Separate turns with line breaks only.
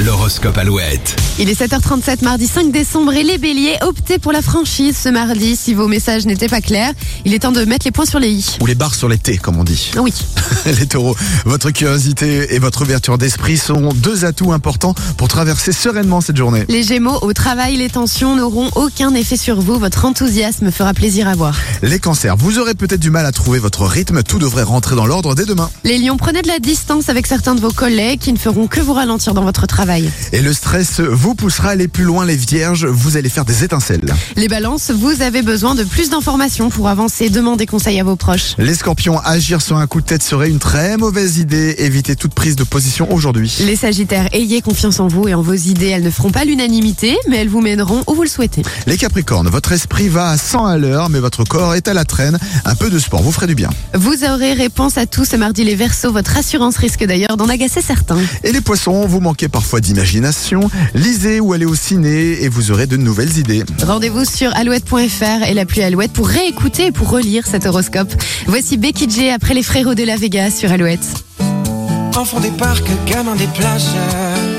L'horoscope Alouette.
Il est 7h37 mardi 5 décembre et les béliers optez pour la franchise ce mardi si vos messages n'étaient pas clairs. Il est temps de mettre les points sur les i.
Ou les barres sur les thés, comme on dit.
Ah Oui.
les taureaux, votre curiosité et votre ouverture d'esprit seront deux atouts importants pour traverser sereinement cette journée.
Les gémeaux, au travail, les tensions n'auront aucun effet sur vous. Votre enthousiasme fera plaisir à voir.
Les cancers, vous aurez peut-être du mal à trouver votre rythme, tout devrait rentrer dans l'ordre dès demain.
Les lions, prenez de la distance avec certains de vos collègues qui ne feront que vous ralentir dans votre travail.
Et le stress vous poussera à aller plus loin, les vierges, vous allez faire des étincelles.
Les balances, vous avez besoin de plus d'informations pour avancer. Demandez conseil à vos proches.
Les scorpions, agir sur un coup de tête serait une très mauvaise idée, évitez toute prise de position aujourd'hui.
Les sagittaires, ayez confiance en vous et en vos idées. Elles ne feront pas l'unanimité, mais elles vous mèneront où vous le souhaitez.
Les capricornes, votre esprit va à 100 à l'heure, mais votre corps est à la traîne, un peu de sport vous ferait du bien.
Vous aurez réponse à tout ce mardi les Verseaux. Votre assurance risque d'ailleurs d'en agacer certains.
Et les poissons, vous manquez parfois d'imagination, lisez ou allez au ciné et vous aurez de nouvelles idées.
Rendez-vous sur alouette.fr et l'appli Alouette pour réécouter et pour relire cet horoscope. Voici Becky J après les frérots de la Vega sur Alouette.
Enfant des parcs, gamin des plages.